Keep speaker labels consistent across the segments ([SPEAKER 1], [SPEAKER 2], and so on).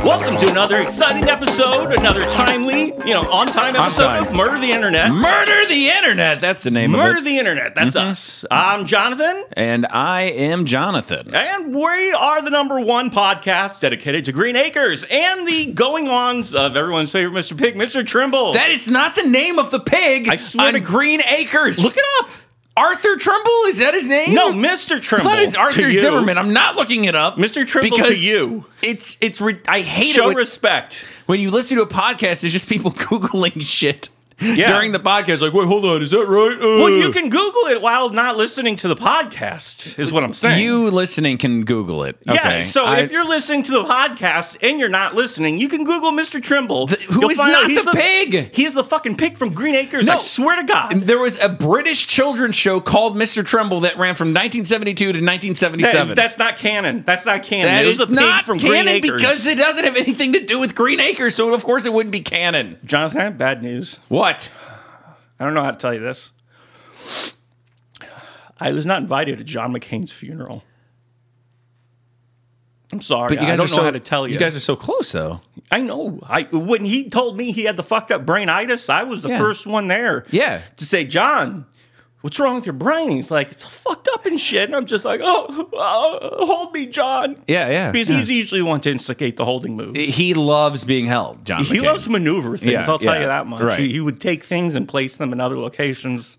[SPEAKER 1] Welcome to another exciting episode, another timely, you know, on time episode
[SPEAKER 2] time.
[SPEAKER 1] of Murder the Internet.
[SPEAKER 2] Murder the Internet. Mm-hmm. That's the name
[SPEAKER 1] Murder
[SPEAKER 2] of it.
[SPEAKER 1] the Internet, that's us. I'm Jonathan,
[SPEAKER 2] and I am Jonathan.
[SPEAKER 1] and we are the number one podcast dedicated to Green Acres and the going ons of everyone's favorite Mr. Pig, Mr. Trimble.
[SPEAKER 2] That is not the name of the pig.
[SPEAKER 1] I swear
[SPEAKER 2] on
[SPEAKER 1] to-
[SPEAKER 2] Green Acres.
[SPEAKER 1] Look it up.
[SPEAKER 2] Arthur Trimble. Is that his name?
[SPEAKER 1] No, Mr. Trimble.
[SPEAKER 2] That is Arthur
[SPEAKER 1] to you.
[SPEAKER 2] Zimmerman. I'm not looking it up.
[SPEAKER 1] Mr. Trimble to
[SPEAKER 2] because
[SPEAKER 1] you.
[SPEAKER 2] It's it's. Re- I hate
[SPEAKER 1] Show
[SPEAKER 2] it when,
[SPEAKER 1] respect.
[SPEAKER 2] when you listen to a podcast. It's just people googling shit
[SPEAKER 1] Yeah.
[SPEAKER 2] during the podcast. Like, wait, hold on, is that right? Uh,
[SPEAKER 1] Well, you can Google it while not listening to the podcast, is what I'm saying.
[SPEAKER 2] You listening can Google it.
[SPEAKER 1] Yeah,
[SPEAKER 2] Okay.
[SPEAKER 1] so
[SPEAKER 2] I-
[SPEAKER 1] if you're listening to the podcast and you're not listening, you can Google Mr. Trimble.
[SPEAKER 2] who
[SPEAKER 1] You'll
[SPEAKER 2] is
[SPEAKER 1] find out
[SPEAKER 2] not the pig.
[SPEAKER 1] He is the fucking pig from Green Acres. I
[SPEAKER 2] No.
[SPEAKER 1] swear to God.
[SPEAKER 2] There was a British children's show called Mr. Tremble that ran from 1972 to 1977.
[SPEAKER 1] That- that's not canon. That's not canon.
[SPEAKER 2] That
[SPEAKER 1] it was
[SPEAKER 2] is
[SPEAKER 1] the pig
[SPEAKER 2] not
[SPEAKER 1] from Green
[SPEAKER 2] canon
[SPEAKER 1] Acres.
[SPEAKER 2] because it doesn't have anything to do with Green Acres, so of course it wouldn't be canon.
[SPEAKER 1] Jonathan, I have bad news.
[SPEAKER 2] What?
[SPEAKER 1] I don't know how to tell you this. I was not invited to John McCain's funeral. I'm sorry. I don't know how to tell you.
[SPEAKER 2] You guys are so close, though.
[SPEAKER 1] I know. I when he told me he had the fucked up brainitis, I was the
[SPEAKER 2] Yeah.
[SPEAKER 1] first one there.
[SPEAKER 2] Yeah.
[SPEAKER 1] to say, John, what's wrong with your brain? He's like, it's fucked up and shit. And I'm just like, oh, uh, hold me, John.
[SPEAKER 2] Yeah, yeah.
[SPEAKER 1] Because he's usually the one to instigate the holding moves. He,
[SPEAKER 2] he loves being held, John. McCain.
[SPEAKER 1] loves to maneuver things,
[SPEAKER 2] Yeah,
[SPEAKER 1] I'll tell
[SPEAKER 2] yeah,
[SPEAKER 1] you that much.
[SPEAKER 2] right.
[SPEAKER 1] He, he would take things and place them in other locations.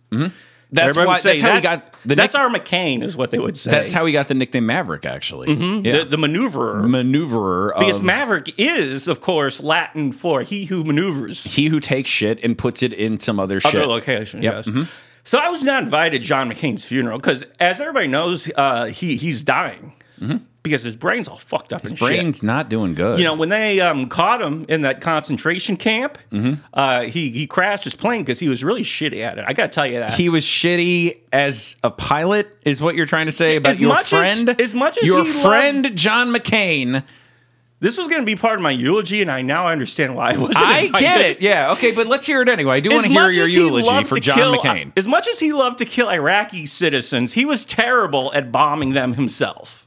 [SPEAKER 2] That's
[SPEAKER 1] Everybody
[SPEAKER 2] why.
[SPEAKER 1] would say,
[SPEAKER 2] That's how he got. The
[SPEAKER 1] that's
[SPEAKER 2] nick-
[SPEAKER 1] our McCain, is what they would say.
[SPEAKER 2] that's how he got the nickname Maverick. Actually, yeah.
[SPEAKER 1] Mm-hmm. the, the maneuverer.
[SPEAKER 2] maneuverer.
[SPEAKER 1] because
[SPEAKER 2] of
[SPEAKER 1] maverick is, of course, Latin for he who maneuvers.
[SPEAKER 2] he who takes shit and puts it in some other
[SPEAKER 1] other
[SPEAKER 2] shit. mm-hmm.
[SPEAKER 1] location. Yes. So I was not invited to John McCain's funeral because, as everybody knows, uh, he he's dying
[SPEAKER 2] Mm-hmm.
[SPEAKER 1] because his brain's all fucked up and shit.
[SPEAKER 2] Brain's not doing good.
[SPEAKER 1] You know, when they um, caught him in that concentration camp,
[SPEAKER 2] Mm-hmm.
[SPEAKER 1] uh, he he crashed his plane because he was really shitty at it. I gotta tell you that.
[SPEAKER 2] he was shitty as a pilot, is what you're trying to say about
[SPEAKER 1] As
[SPEAKER 2] your
[SPEAKER 1] much as-
[SPEAKER 2] friend.
[SPEAKER 1] as much as
[SPEAKER 2] your
[SPEAKER 1] he
[SPEAKER 2] friend John McCain.
[SPEAKER 1] this was gonna be part of my eulogy, and I now understand why I wasn't.
[SPEAKER 2] I get
[SPEAKER 1] invited.
[SPEAKER 2] it. Yeah. Okay, but let's hear it anyway. I do
[SPEAKER 1] As
[SPEAKER 2] want to uh, hear
[SPEAKER 1] much
[SPEAKER 2] your
[SPEAKER 1] as he
[SPEAKER 2] eulogy
[SPEAKER 1] loved
[SPEAKER 2] for
[SPEAKER 1] to
[SPEAKER 2] John
[SPEAKER 1] kill-
[SPEAKER 2] McCain.
[SPEAKER 1] As much as he loved to kill Iraqi citizens, he was terrible at bombing them himself.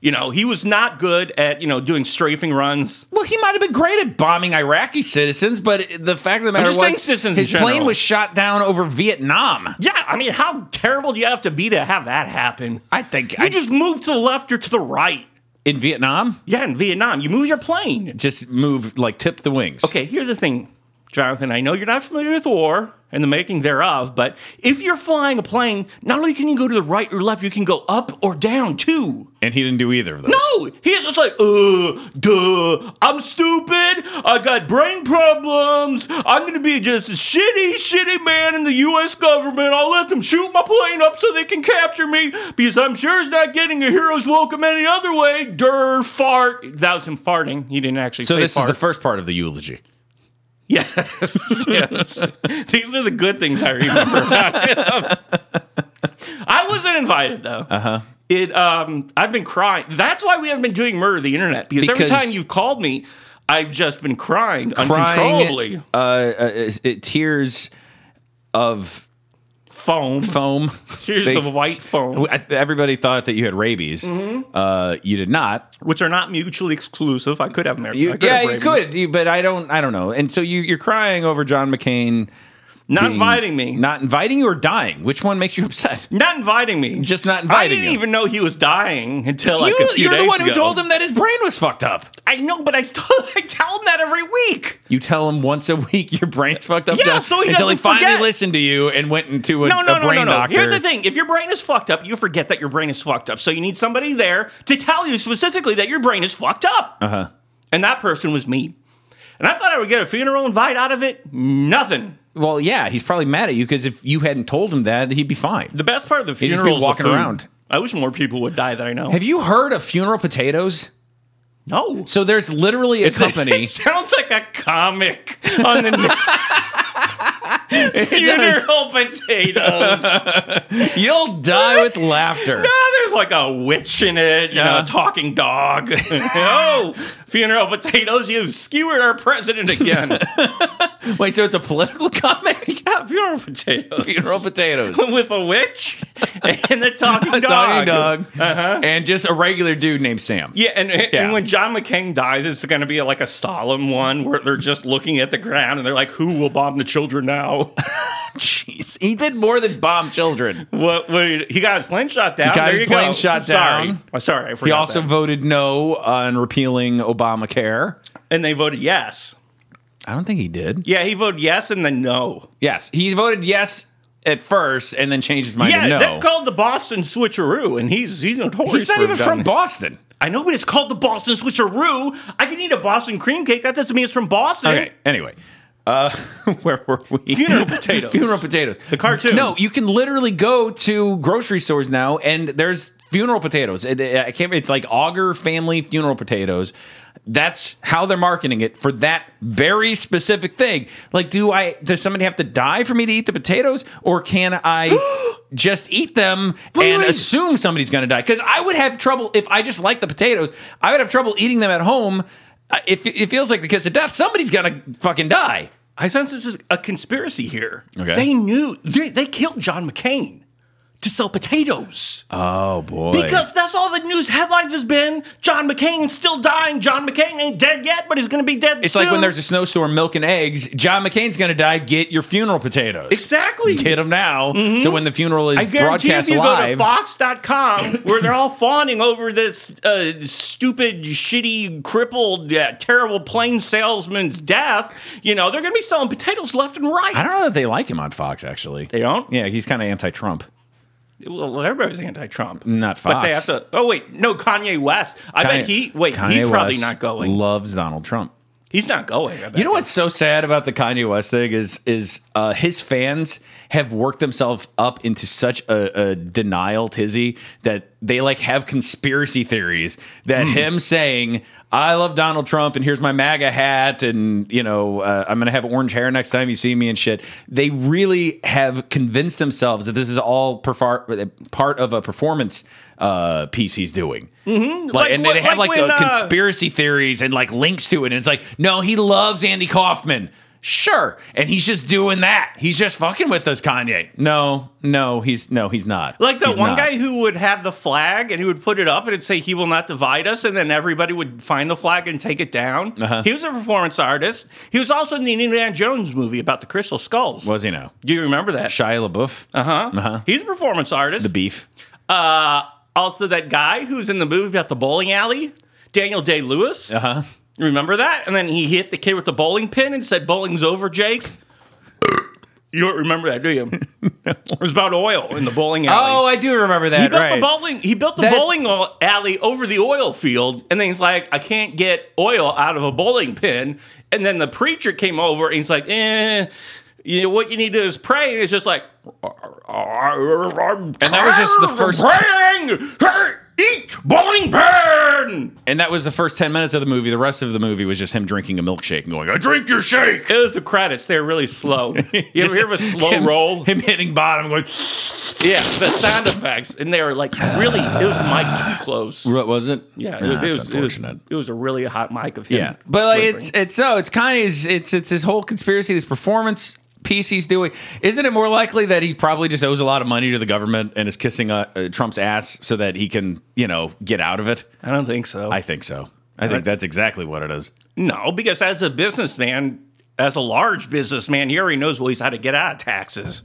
[SPEAKER 1] You know, he was not good at, you know, doing strafing runs.
[SPEAKER 2] well, he might have been great at bombing Iraqi citizens, but the fact of the matter
[SPEAKER 1] just saying
[SPEAKER 2] was
[SPEAKER 1] citizens in
[SPEAKER 2] his plane
[SPEAKER 1] general.
[SPEAKER 2] was shot down over Vietnam.
[SPEAKER 1] Yeah, I mean, how terrible do you have to be to have that happen?
[SPEAKER 2] I think
[SPEAKER 1] You
[SPEAKER 2] I,
[SPEAKER 1] just move to the left or to the right.
[SPEAKER 2] in Vietnam,
[SPEAKER 1] Yeah, in Vietnam, you move your plane.
[SPEAKER 2] just move like tip the wings.
[SPEAKER 1] Okay, here's the thing, Jonathan. I know you're not familiar with war and the making thereof, but if you're flying a plane, not only can you go to the right or left, you can go up or down too.
[SPEAKER 2] And he didn't do either of those.
[SPEAKER 1] No, he's just like, uh, duh, I'm stupid. I got brain problems. I'm gonna be just a shitty, shitty man in the U.S. government. I'll let them shoot my plane up so they can capture me because I'm sure it's not getting a hero's welcome any other way. Der fart. That was him farting. He didn't actually.
[SPEAKER 2] So
[SPEAKER 1] say
[SPEAKER 2] this
[SPEAKER 1] fart.
[SPEAKER 2] is the first part of the eulogy.
[SPEAKER 1] Yes, yes. These are the good things I remember about him. I wasn't invited though. Uh
[SPEAKER 2] Uh-huh.
[SPEAKER 1] huh. It. Um. I've been crying. That's why we haven't been doing murder of the internet because, every
[SPEAKER 2] Because-
[SPEAKER 1] time you've called me, I've just been crying, uncontrollably.
[SPEAKER 2] Crying, uh, uh, it, tears of
[SPEAKER 1] Foam.
[SPEAKER 2] foam.
[SPEAKER 1] Tears
[SPEAKER 2] They-
[SPEAKER 1] of white foam, Mm-hmm.
[SPEAKER 2] I- Everybody thought that you had rabies. Uh, you did not.
[SPEAKER 1] which are not mutually exclusive. I could have married. I could
[SPEAKER 2] yeah,
[SPEAKER 1] have
[SPEAKER 2] you
[SPEAKER 1] rabies.
[SPEAKER 2] could, you- but I don't. I don't know. And so you, you're crying over John McCain
[SPEAKER 1] Not
[SPEAKER 2] being-
[SPEAKER 1] inviting me.
[SPEAKER 2] not inviting you, or dying. Which one makes you upset?
[SPEAKER 1] Not inviting me.
[SPEAKER 2] Just not
[SPEAKER 1] I
[SPEAKER 2] inviting
[SPEAKER 1] didn't
[SPEAKER 2] you.
[SPEAKER 1] even know he was dying until like a few
[SPEAKER 2] you, are
[SPEAKER 1] days
[SPEAKER 2] the one who
[SPEAKER 1] ago.
[SPEAKER 2] told him that his brain was fucked up.
[SPEAKER 1] I know, but I, I tell him that every week.
[SPEAKER 2] You tell him once a week your brain's fucked up.
[SPEAKER 1] Yeah,
[SPEAKER 2] John,
[SPEAKER 1] so he
[SPEAKER 2] until he
[SPEAKER 1] doesn't
[SPEAKER 2] finally
[SPEAKER 1] forget.
[SPEAKER 2] listened to you and went into a,
[SPEAKER 1] No, no,
[SPEAKER 2] a
[SPEAKER 1] no,
[SPEAKER 2] brain
[SPEAKER 1] no, no.
[SPEAKER 2] doctor.
[SPEAKER 1] Here's the thing: if your brain is fucked up, you forget that your brain is fucked up. So you need somebody there to tell you specifically that your brain is fucked up. Uh
[SPEAKER 2] Uh-huh.
[SPEAKER 1] huh. And that person was me. And I thought I would get a funeral invite out of it. Nothing.
[SPEAKER 2] Well, yeah, he's probably mad at you because if you hadn't told him that, he'd be fine.
[SPEAKER 1] The best part of the
[SPEAKER 2] just
[SPEAKER 1] funeral
[SPEAKER 2] be
[SPEAKER 1] is the
[SPEAKER 2] walking
[SPEAKER 1] food.
[SPEAKER 2] around.
[SPEAKER 1] I wish more people would die that I know.
[SPEAKER 2] Have you heard of funeral potatoes?
[SPEAKER 1] no.
[SPEAKER 2] So there's literally a company.
[SPEAKER 1] It sounds like a comic on the funeral potatoes.
[SPEAKER 2] You'll die with laughter.
[SPEAKER 1] Ah, there's like a witch in it, you know,
[SPEAKER 2] Yeah.
[SPEAKER 1] a talking dog. oh, funeral potatoes, you skewered our president again.
[SPEAKER 2] Wait, so it's a political comic?
[SPEAKER 1] yeah, funeral potatoes.
[SPEAKER 2] Funeral potatoes.
[SPEAKER 1] With a witch and a talking dog.
[SPEAKER 2] Doggy dog.
[SPEAKER 1] Uh-huh.
[SPEAKER 2] And just a regular dude named Sam.
[SPEAKER 1] Yeah, and, and
[SPEAKER 2] Yeah.
[SPEAKER 1] when John McCain dies, it's going to be like a solemn one where they're just looking at the ground and they're like, "Who will bomb the children now?"
[SPEAKER 2] Jeez. He did more than bomb children.
[SPEAKER 1] what? what- he got his plane shot down.
[SPEAKER 2] got
[SPEAKER 1] there
[SPEAKER 2] his
[SPEAKER 1] you
[SPEAKER 2] plane
[SPEAKER 1] go.
[SPEAKER 2] shot
[SPEAKER 1] sorry.
[SPEAKER 2] down.
[SPEAKER 1] Oh, sorry, I forgot.
[SPEAKER 2] He also
[SPEAKER 1] that.
[SPEAKER 2] voted no on repealing Obamacare.
[SPEAKER 1] and they voted yes.
[SPEAKER 2] I don't think he did.
[SPEAKER 1] Yeah, he voted yes and then no.
[SPEAKER 2] Yes. He voted yes at first and then changed his mind
[SPEAKER 1] yeah,
[SPEAKER 2] to no.
[SPEAKER 1] that's called the Boston switcheroo, and he's he's notorious.
[SPEAKER 2] He's not
[SPEAKER 1] for
[SPEAKER 2] even
[SPEAKER 1] having
[SPEAKER 2] from
[SPEAKER 1] done it.
[SPEAKER 2] Boston.
[SPEAKER 1] I know, but it's called the Boston switcheroo. I can eat a Boston cream cake. That doesn't mean it's from Boston.
[SPEAKER 2] Okay. Anyway, uh, where were we?
[SPEAKER 1] Funeral potatoes.
[SPEAKER 2] funeral potatoes. The
[SPEAKER 1] cartoon.
[SPEAKER 2] No, you can literally go to grocery stores now, and there's funeral potatoes. It- it- I can't. It's like Auger Family Funeral Potatoes. That's how they're marketing it for that very specific thing. Like, do I? Does somebody have to die for me to eat the potatoes, or can I just eat them and
[SPEAKER 1] wait.
[SPEAKER 2] assume somebody's going to die? Because I would have trouble if I just like the potatoes. I would have trouble eating them at home. Uh, It, it feels like the kiss of death. Somebody's going to fucking die.
[SPEAKER 1] I sense this is a conspiracy here.
[SPEAKER 2] Okay.
[SPEAKER 1] They knew they, they killed John McCain to sell potatoes
[SPEAKER 2] Oh boy!
[SPEAKER 1] because that's all the news headlines has been. John McCain's still dying. John McCain ain't dead yet, but he's gonna be dead.
[SPEAKER 2] It's like when there's a snowstorm, milk and eggs. John McCain's going to die. Get your funeral potatoes.
[SPEAKER 1] exactly. Mm-hmm.
[SPEAKER 2] Get them now. So when the funeral is
[SPEAKER 1] I guarantee if
[SPEAKER 2] broadcast
[SPEAKER 1] you
[SPEAKER 2] live,
[SPEAKER 1] go to Fox.com, where they're all fawning over this uh, stupid, shitty, crippled, uh, terrible plane salesman's death, you know, they're going to be selling potatoes left and right.
[SPEAKER 2] I don't know that they like him on Fox. Actually,
[SPEAKER 1] they don't?
[SPEAKER 2] yeah, he's kind of anti-Trump.
[SPEAKER 1] Well, everybody's anti-Trump.
[SPEAKER 2] Not
[SPEAKER 1] But they have
[SPEAKER 2] Fox.
[SPEAKER 1] to. Oh wait, no, Kanye West. I bet
[SPEAKER 2] Kanye-
[SPEAKER 1] he. Wait,
[SPEAKER 2] Kanye
[SPEAKER 1] he's probably
[SPEAKER 2] West
[SPEAKER 1] not going.
[SPEAKER 2] Loves Donald Trump.
[SPEAKER 1] he's not going. I bet.
[SPEAKER 2] You know what's so sad about the Kanye West thing is is uh, his fans have worked themselves up into such a, a denial tizzy that they like have conspiracy theories that
[SPEAKER 1] Hmm.
[SPEAKER 2] him saying I love Donald Trump and here's my MAGA hat and you know uh, I'm gonna have orange hair next time you see me and shit. They really have convinced themselves that this is all perfar- part of a performance uh, piece he's doing. Mm-hmm. Like,
[SPEAKER 1] Like
[SPEAKER 2] and
[SPEAKER 1] what-
[SPEAKER 2] they have
[SPEAKER 1] like
[SPEAKER 2] like,
[SPEAKER 1] when,
[SPEAKER 2] the
[SPEAKER 1] uh,
[SPEAKER 2] conspiracy conspiracy theories and like links to it. And it's like, no, he loves Andy Kaufman. Sure. And he's just doing that. He's just fucking with us, Kanye. No, no, he's no, he's not.
[SPEAKER 1] Like the
[SPEAKER 2] He's
[SPEAKER 1] one
[SPEAKER 2] not.
[SPEAKER 1] guy who would have the flag and he would put it up and it'd say, He will not divide us. And then everybody would find the flag and take it down.
[SPEAKER 2] Uh-huh.
[SPEAKER 1] He was a performance artist. He was also in the Indiana Jones movie about the Crystal Skulls.
[SPEAKER 2] was he now?
[SPEAKER 1] Do you remember that?
[SPEAKER 2] Shia LaBeouf? Uh huh. Uh-huh.
[SPEAKER 1] He's a performance artist.
[SPEAKER 2] The beef.
[SPEAKER 1] uh, also, that guy who's in the movie about the bowling alley, Daniel Day Lewis.
[SPEAKER 2] Uh huh.
[SPEAKER 1] Remember that? And then he hit the kid with the bowling pin and said, Bowling's over, Jake. you don't remember that, do you? It was about oil in the bowling alley.
[SPEAKER 2] Oh, I do remember
[SPEAKER 1] He
[SPEAKER 2] that.
[SPEAKER 1] built
[SPEAKER 2] Right.
[SPEAKER 1] the bowling. He built the
[SPEAKER 2] That-
[SPEAKER 1] bowling o- alley over the oil field, and then he's like, "I can't get oil out of a bowling pin." And then the preacher came over, and he's like, "Eh, you know, what you need to do is pray." And it's just like, and
[SPEAKER 2] that was just the first-
[SPEAKER 1] praying. Hey, eat bowling pin.
[SPEAKER 2] and that was the first 10 minutes of the movie. The rest of the movie was just him drinking a milkshake and going, I drink your shake.
[SPEAKER 1] It was the credits. They're really slow. You ever hear of a slow
[SPEAKER 2] Him-
[SPEAKER 1] roll?
[SPEAKER 2] Him hitting bottom, going,
[SPEAKER 1] Yeah, the sound effects, and they were like really. It was mic too close.
[SPEAKER 2] what was it?
[SPEAKER 1] Yeah,
[SPEAKER 2] Nah,
[SPEAKER 1] it, was,
[SPEAKER 2] that's
[SPEAKER 1] it, was, it, was,
[SPEAKER 2] unfortunate.
[SPEAKER 1] it was a really hot mic of him.
[SPEAKER 2] Yeah, but like
[SPEAKER 1] slipping.
[SPEAKER 2] it's it's so it's kind of it's, it's it's this whole conspiracy, this performance piece he's doing. Isn't it more likely that he probably just owes a lot of money to the government and is kissing uh, uh, Trump's ass so that he can you know get out of it?
[SPEAKER 1] I don't think so.
[SPEAKER 2] I think so. I think that's exactly what it is.
[SPEAKER 1] no, because as a businessman, as a large businessman, he already knows ways how to get out of taxes.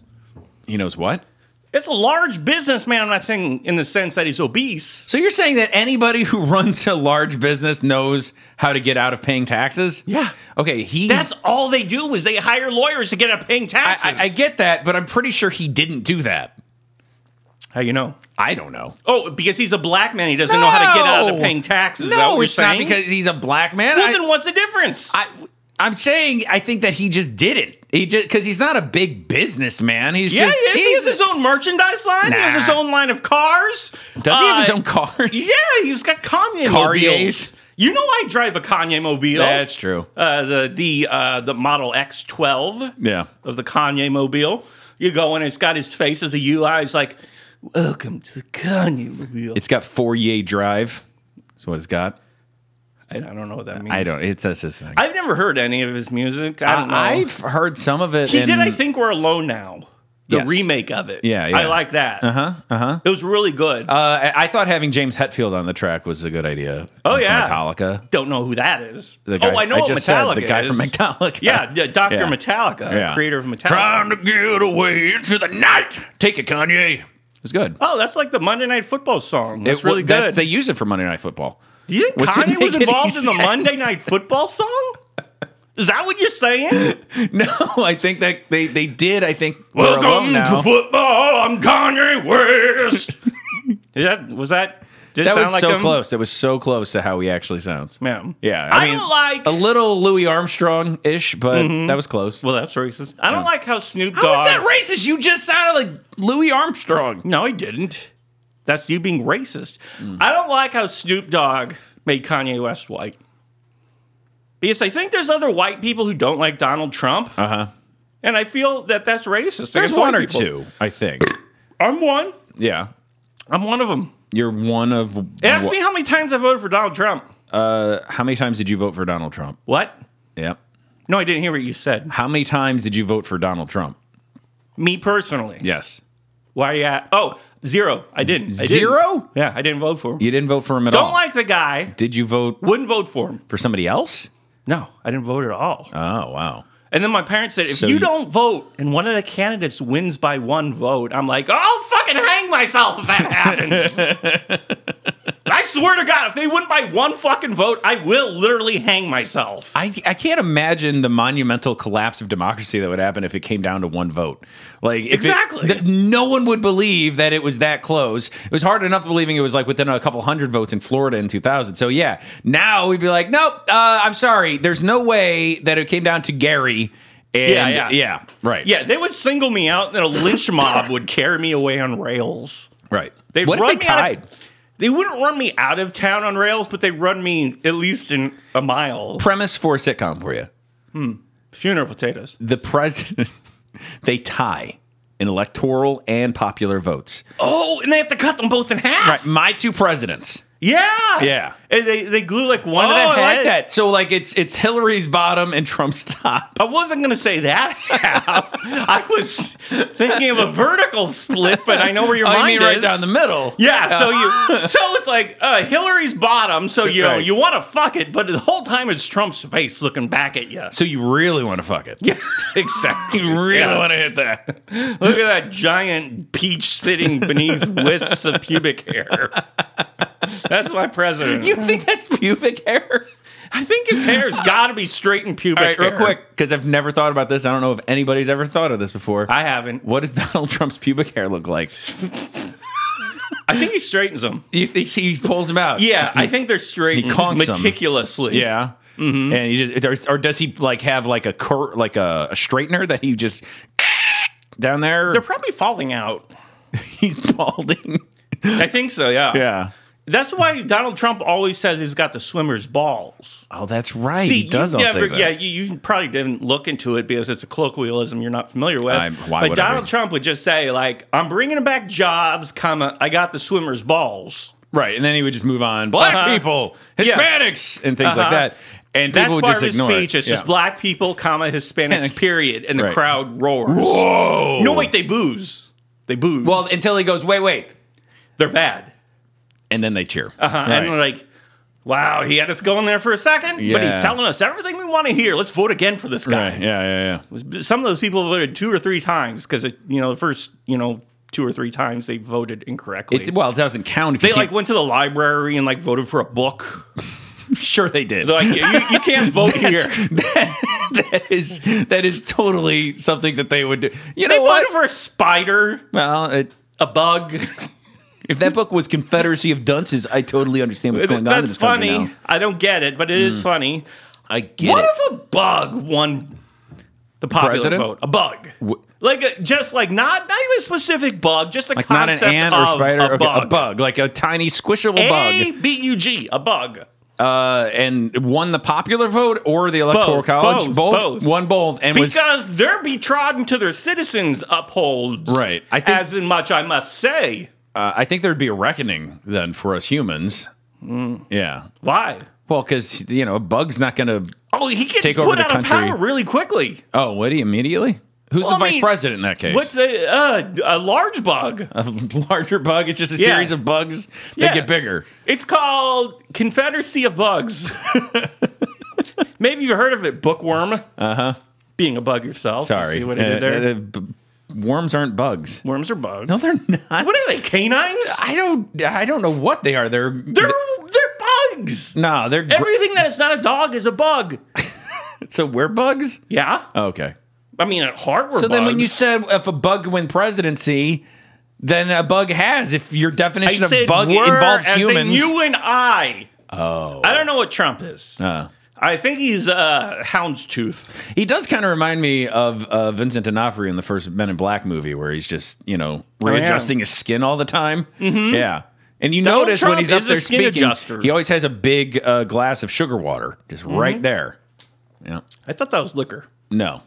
[SPEAKER 2] He knows what.
[SPEAKER 1] It's a large businessman. I'm not saying in the sense that he's obese.
[SPEAKER 2] So you're saying that anybody who runs a large business knows how to get out of paying taxes?
[SPEAKER 1] Yeah.
[SPEAKER 2] Okay. He's
[SPEAKER 1] That's all they do is they hire lawyers to get out of paying taxes.
[SPEAKER 2] I, I, I get that, but I'm pretty sure he didn't do that.
[SPEAKER 1] how you know?
[SPEAKER 2] I don't know.
[SPEAKER 1] Oh, because he's a black man, he doesn't know how to get out of
[SPEAKER 2] No.
[SPEAKER 1] paying taxes. Is that what
[SPEAKER 2] No,
[SPEAKER 1] you're
[SPEAKER 2] it's not
[SPEAKER 1] saying?
[SPEAKER 2] because he's a black man.
[SPEAKER 1] Well,
[SPEAKER 2] I-
[SPEAKER 1] then what's the difference?
[SPEAKER 2] I I'm saying I think that he just didn't. He just because he's not a big businessman. He's
[SPEAKER 1] yeah,
[SPEAKER 2] just
[SPEAKER 1] he, has, he has his own merchandise line. He has
[SPEAKER 2] Nah.
[SPEAKER 1] his own line of cars.
[SPEAKER 2] does he have his
[SPEAKER 1] Uh,
[SPEAKER 2] own car?
[SPEAKER 1] Yeah, he's got Kanye mobiles.
[SPEAKER 2] Kanye's?
[SPEAKER 1] You know, I drive a Kanye mobile.
[SPEAKER 2] That's true.
[SPEAKER 1] Uh, the the uh, the Model X twelve
[SPEAKER 2] Yeah.
[SPEAKER 1] of the Kanye mobile. You go in, it's got his face as a UI. It's like, Welcome to the Kanye Mobile.
[SPEAKER 2] It's got Fourier Drive. That's what it's got.
[SPEAKER 1] I I don't know what that means.
[SPEAKER 2] I don't. It's that's his thing.
[SPEAKER 1] I've never heard any of his music. I don't know.
[SPEAKER 2] I, have heard some of it.
[SPEAKER 1] he did.
[SPEAKER 2] and-
[SPEAKER 1] I think we're alone now. The
[SPEAKER 2] Yes.
[SPEAKER 1] remake of it.
[SPEAKER 2] Yeah,
[SPEAKER 1] I
[SPEAKER 2] yeah.
[SPEAKER 1] like that. Uh huh. Uh huh. It was really good.
[SPEAKER 2] Uh, I, I thought having James Hetfield on the track was a good idea.
[SPEAKER 1] Oh,
[SPEAKER 2] From
[SPEAKER 1] yeah.
[SPEAKER 2] Metallica.
[SPEAKER 1] don't know who that is.
[SPEAKER 2] The guy,
[SPEAKER 1] oh, I know what
[SPEAKER 2] just
[SPEAKER 1] Metallica
[SPEAKER 2] said the guy
[SPEAKER 1] is.
[SPEAKER 2] from Metallica.
[SPEAKER 1] Yeah, yeah Doctor
[SPEAKER 2] Yeah.
[SPEAKER 1] Metallica,
[SPEAKER 2] Yeah.
[SPEAKER 1] creator of Metallica.
[SPEAKER 2] Trying to get away into the night. Take it, Kanye. It was good.
[SPEAKER 1] Oh, that's like the Monday Night Football song. That's
[SPEAKER 2] It wa-
[SPEAKER 1] really
[SPEAKER 2] that's-
[SPEAKER 1] good.
[SPEAKER 2] they use it for Monday Night Football.
[SPEAKER 1] Do you think
[SPEAKER 2] Which didn't
[SPEAKER 1] Kanye was
[SPEAKER 2] make any
[SPEAKER 1] involved in the
[SPEAKER 2] sense.
[SPEAKER 1] Monday Night Football song? Is that what you're saying?
[SPEAKER 2] No, I think that they, they did. I think. we're alone
[SPEAKER 1] Welcome
[SPEAKER 2] now.
[SPEAKER 1] to football. I'm Kanye West. Is that was that? Did it
[SPEAKER 2] That
[SPEAKER 1] sound
[SPEAKER 2] was
[SPEAKER 1] like
[SPEAKER 2] so
[SPEAKER 1] him?
[SPEAKER 2] close. That was so close to how he actually sounds.
[SPEAKER 1] Yeah.
[SPEAKER 2] Yeah,
[SPEAKER 1] I,
[SPEAKER 2] I mean,
[SPEAKER 1] don't like.
[SPEAKER 2] A little Louis Armstrong ish, but that was close.
[SPEAKER 1] Mm-hmm. well, that's racist. I don't like how Snoop Dogg.
[SPEAKER 2] How is that racist? You just sounded like Louis Armstrong.
[SPEAKER 1] No, I didn't. That's you being racist.
[SPEAKER 2] Hmm.
[SPEAKER 1] I don't like how Snoop Dogg made Kanye West white. Because I think there's other white people who don't like Donald Trump. Uh huh. And I feel that that's racist.
[SPEAKER 2] Uh-huh. There's
[SPEAKER 1] against white
[SPEAKER 2] one or
[SPEAKER 1] people.
[SPEAKER 2] two, I think.
[SPEAKER 1] I'm one.
[SPEAKER 2] Yeah.
[SPEAKER 1] I'm one of them.
[SPEAKER 2] You're one of.
[SPEAKER 1] Ask
[SPEAKER 2] wha-
[SPEAKER 1] me how many times I voted for Donald Trump.
[SPEAKER 2] Uh, how many times did you vote for Donald Trump?
[SPEAKER 1] What?
[SPEAKER 2] Yep.
[SPEAKER 1] No, I didn't hear what you said.
[SPEAKER 2] How many times did you vote for Donald Trump?
[SPEAKER 1] Me personally.
[SPEAKER 2] Yes.
[SPEAKER 1] Why are you at? Oh, zero. I didn't. I didn't.
[SPEAKER 2] Zero?
[SPEAKER 1] Yeah, I didn't vote for him.
[SPEAKER 2] You didn't vote for him at
[SPEAKER 1] Don't
[SPEAKER 2] all.
[SPEAKER 1] like the guy.
[SPEAKER 2] did you vote
[SPEAKER 1] Wouldn't vote for him.
[SPEAKER 2] for somebody else?
[SPEAKER 1] No, I didn't vote at all.
[SPEAKER 2] Oh, wow.
[SPEAKER 1] And then my parents said, if
[SPEAKER 2] So
[SPEAKER 1] you,
[SPEAKER 2] you-
[SPEAKER 1] don't vote and one of the candidates wins by one vote, I'm like, I'll fucking hang myself if that happens. I swear to God, if they win by one fucking vote, I will literally hang myself.
[SPEAKER 2] I, I can't imagine the monumental collapse of democracy that would happen if it came down to one vote. Like if it-
[SPEAKER 1] Exactly.
[SPEAKER 2] th- no one would believe that it was that close. It was hard enough believing it was like within a couple hundred votes in Florida in 2000. So yeah, now we'd be like, nope. Uh, I'm sorry. There's no way that it came down to Gary. And
[SPEAKER 1] Yeah, yeah.
[SPEAKER 2] right,
[SPEAKER 1] Yeah, they would single me out and a lynch mob would carry me away on rails.
[SPEAKER 2] right.
[SPEAKER 1] They'd
[SPEAKER 2] what if
[SPEAKER 1] run
[SPEAKER 2] they
[SPEAKER 1] me out
[SPEAKER 2] tied?
[SPEAKER 1] of- they wouldn't run me out of town on rails, but they'd run me at least in a mile.
[SPEAKER 2] Premise for a sitcom for you:
[SPEAKER 1] Funeral potatoes.
[SPEAKER 2] the president. they tie in electoral and popular votes.
[SPEAKER 1] Oh, and they have to cut them both in half.
[SPEAKER 2] Right, my two presidents.
[SPEAKER 1] Yeah.
[SPEAKER 2] Yeah.
[SPEAKER 1] And they, they glue like one
[SPEAKER 2] Oh,
[SPEAKER 1] to the
[SPEAKER 2] I
[SPEAKER 1] head.
[SPEAKER 2] like that. So like it's it's Hillary's bottom and Trump's top.
[SPEAKER 1] I wasn't gonna say that half. I was thinking of a vertical split, but I know where your
[SPEAKER 2] I
[SPEAKER 1] mind
[SPEAKER 2] Oh, mean
[SPEAKER 1] is.
[SPEAKER 2] right down the middle.
[SPEAKER 1] Yeah, so you, so it's like uh, Hillary's bottom. So you know
[SPEAKER 2] Right.
[SPEAKER 1] you want to fuck it, but the whole time it's Trump's face looking back at you.
[SPEAKER 2] So you really want to fuck it.
[SPEAKER 1] Yeah, exactly.
[SPEAKER 2] You really want
[SPEAKER 1] to hit that. Look at that giant peach sitting beneath wisps of pubic hair. That's my president.
[SPEAKER 2] You think that's pubic hair?
[SPEAKER 1] I think his hair's got to be straight and pubic.
[SPEAKER 2] All right, real
[SPEAKER 1] hair.
[SPEAKER 2] quick, because I've never thought about this. I don't know if anybody's ever thought of this before.
[SPEAKER 1] I haven't.
[SPEAKER 2] what does Donald Trump's pubic hair look like?
[SPEAKER 1] I think he straightens them.
[SPEAKER 2] You think he pulls him out?
[SPEAKER 1] Yeah, I think Mm-hmm. they're straight
[SPEAKER 2] He conks 'em.
[SPEAKER 1] meticulously.
[SPEAKER 2] Yeah. And he just or, or does he like have like a cur, like a, a straightener that he just down there?
[SPEAKER 1] They're probably falling out.
[SPEAKER 2] He's balding.
[SPEAKER 1] I think so, yeah.
[SPEAKER 2] Yeah.
[SPEAKER 1] That's why Donald Trump always says he's got the swimmer's balls.
[SPEAKER 2] Oh, that's right. he
[SPEAKER 1] you
[SPEAKER 2] does all
[SPEAKER 1] never-
[SPEAKER 2] say that.
[SPEAKER 1] Yeah, you, you probably didn't look into it because it's a colloquialism you're not familiar with.
[SPEAKER 2] I'm- why
[SPEAKER 1] but
[SPEAKER 2] would I
[SPEAKER 1] Donald
[SPEAKER 2] be?
[SPEAKER 1] Trump would just say, like, I'm bringing back jobs, comma, I got the swimmer's balls.
[SPEAKER 2] Right, and then he would just move on. Black
[SPEAKER 1] Uh-huh.
[SPEAKER 2] people,
[SPEAKER 1] Yeah.
[SPEAKER 2] Hispanics, and things
[SPEAKER 1] Uh-huh.
[SPEAKER 2] like that. And
[SPEAKER 1] That's
[SPEAKER 2] people would
[SPEAKER 1] part
[SPEAKER 2] just
[SPEAKER 1] of his
[SPEAKER 2] ignore
[SPEAKER 1] speech.
[SPEAKER 2] it.
[SPEAKER 1] It's
[SPEAKER 2] Yeah.
[SPEAKER 1] just black people, comma, Hispanics,
[SPEAKER 2] Hispanics.
[SPEAKER 1] period. And the
[SPEAKER 2] Right.
[SPEAKER 1] crowd roars.
[SPEAKER 2] Whoa!
[SPEAKER 1] No, wait, they booze. They booze.
[SPEAKER 2] Well, until he goes, wait, wait,
[SPEAKER 1] they're bad.
[SPEAKER 2] and then they cheer.
[SPEAKER 1] Uh, And
[SPEAKER 2] Right.
[SPEAKER 1] like, wow, he had us going there for a second, but he's
[SPEAKER 2] Yeah.
[SPEAKER 1] telling us everything we want to hear. Let's vote again for this guy.
[SPEAKER 2] Right. Yeah, yeah, yeah.
[SPEAKER 1] Some of those people voted two or three times because you know the first you know two or three times they voted incorrectly.
[SPEAKER 2] It, well, it doesn't count. If
[SPEAKER 1] they
[SPEAKER 2] you
[SPEAKER 1] like
[SPEAKER 2] can't-
[SPEAKER 1] went to the library and like voted for a book.
[SPEAKER 2] sure they did.
[SPEAKER 1] They're like, you, you- you can't vote here.
[SPEAKER 2] That's- that- that is that is totally something that they would do. You
[SPEAKER 1] They
[SPEAKER 2] know what?
[SPEAKER 1] voted for a spider,
[SPEAKER 2] well, it,
[SPEAKER 1] a bug.
[SPEAKER 2] if that book was Confederacy of Dunces, I totally understand what's going on in
[SPEAKER 1] That's
[SPEAKER 2] this country
[SPEAKER 1] funny.
[SPEAKER 2] now. Mm.
[SPEAKER 1] I don't get it, but it is funny.
[SPEAKER 2] I get
[SPEAKER 1] What
[SPEAKER 2] it.
[SPEAKER 1] if a bug won the popular
[SPEAKER 2] President?
[SPEAKER 1] vote? A bug, like a, just like not not even a specific bug, just a
[SPEAKER 2] like not an
[SPEAKER 1] concept
[SPEAKER 2] ant or
[SPEAKER 1] of
[SPEAKER 2] spider,
[SPEAKER 1] a
[SPEAKER 2] okay,
[SPEAKER 1] bug.
[SPEAKER 2] a bug, like a tiny squishable bug.
[SPEAKER 1] A B U G, a bug.
[SPEAKER 2] uh, and won the popular vote or the electoral
[SPEAKER 1] Both,
[SPEAKER 2] college.
[SPEAKER 1] both, both.
[SPEAKER 2] won both, and was
[SPEAKER 1] Because they're betrodden to their citizens' upholds.
[SPEAKER 2] Right. I think-
[SPEAKER 1] as in much I must say.
[SPEAKER 2] uh, I think there'd be a reckoning then for us humans.
[SPEAKER 1] Mm.
[SPEAKER 2] Yeah.
[SPEAKER 1] Why?
[SPEAKER 2] Well, because you know, a bug's not going to.
[SPEAKER 1] Oh, he gets
[SPEAKER 2] Take
[SPEAKER 1] put
[SPEAKER 2] over the
[SPEAKER 1] out of
[SPEAKER 2] country.
[SPEAKER 1] power really quickly.
[SPEAKER 2] Oh, would he immediately? Who's
[SPEAKER 1] Well,
[SPEAKER 2] the
[SPEAKER 1] I
[SPEAKER 2] vice
[SPEAKER 1] mean,
[SPEAKER 2] president in that case?
[SPEAKER 1] What's a uh, a large bug?
[SPEAKER 2] a larger bug? It's just a
[SPEAKER 1] Yeah.
[SPEAKER 2] series of bugs that
[SPEAKER 1] Yeah.
[SPEAKER 2] get bigger.
[SPEAKER 1] It's called Confederacy of Bugs. Maybe you've heard of it, bookworm. Uh huh. Being a bug yourself. You
[SPEAKER 2] Uh-huh. Sorry,
[SPEAKER 1] see what I did
[SPEAKER 2] Uh,
[SPEAKER 1] there?
[SPEAKER 2] uh, b- worms aren't bugs.
[SPEAKER 1] Worms are bugs.
[SPEAKER 2] No, they're not.
[SPEAKER 1] what are they? Canines?
[SPEAKER 2] I don't. I don't know what they are. They're.
[SPEAKER 1] They're they're bugs.
[SPEAKER 2] no, they're. gr-
[SPEAKER 1] Everything that is not a dog is a bug.
[SPEAKER 2] so we're bugs. Oh,
[SPEAKER 1] Yeah.
[SPEAKER 2] Okay.
[SPEAKER 1] I mean, at heart we're
[SPEAKER 2] So then, when you
[SPEAKER 1] bugs.
[SPEAKER 2] said if a bug win presidency, then a bug has. If your
[SPEAKER 1] I
[SPEAKER 2] definition
[SPEAKER 1] said
[SPEAKER 2] of bug
[SPEAKER 1] we're,
[SPEAKER 2] involves
[SPEAKER 1] as in
[SPEAKER 2] humans,
[SPEAKER 1] you and I. Oh. I don't know what Trump is.
[SPEAKER 2] Uh,
[SPEAKER 1] I think he's uh, houndstooth.
[SPEAKER 2] he does kind of remind me of uh, Vincent D'Onofrio in the first Men in Black movie, where he's just you know
[SPEAKER 1] Oh,
[SPEAKER 2] readjusting his skin all the time. Yeah, and you notice when
[SPEAKER 1] Mm-hmm. Trump
[SPEAKER 2] he's up
[SPEAKER 1] is a
[SPEAKER 2] there
[SPEAKER 1] skin
[SPEAKER 2] speaking,
[SPEAKER 1] adjuster. Mm-hmm.
[SPEAKER 2] he always has a big uh, glass of sugar water just right there. Yeah,
[SPEAKER 1] I thought that was liquor.
[SPEAKER 2] no,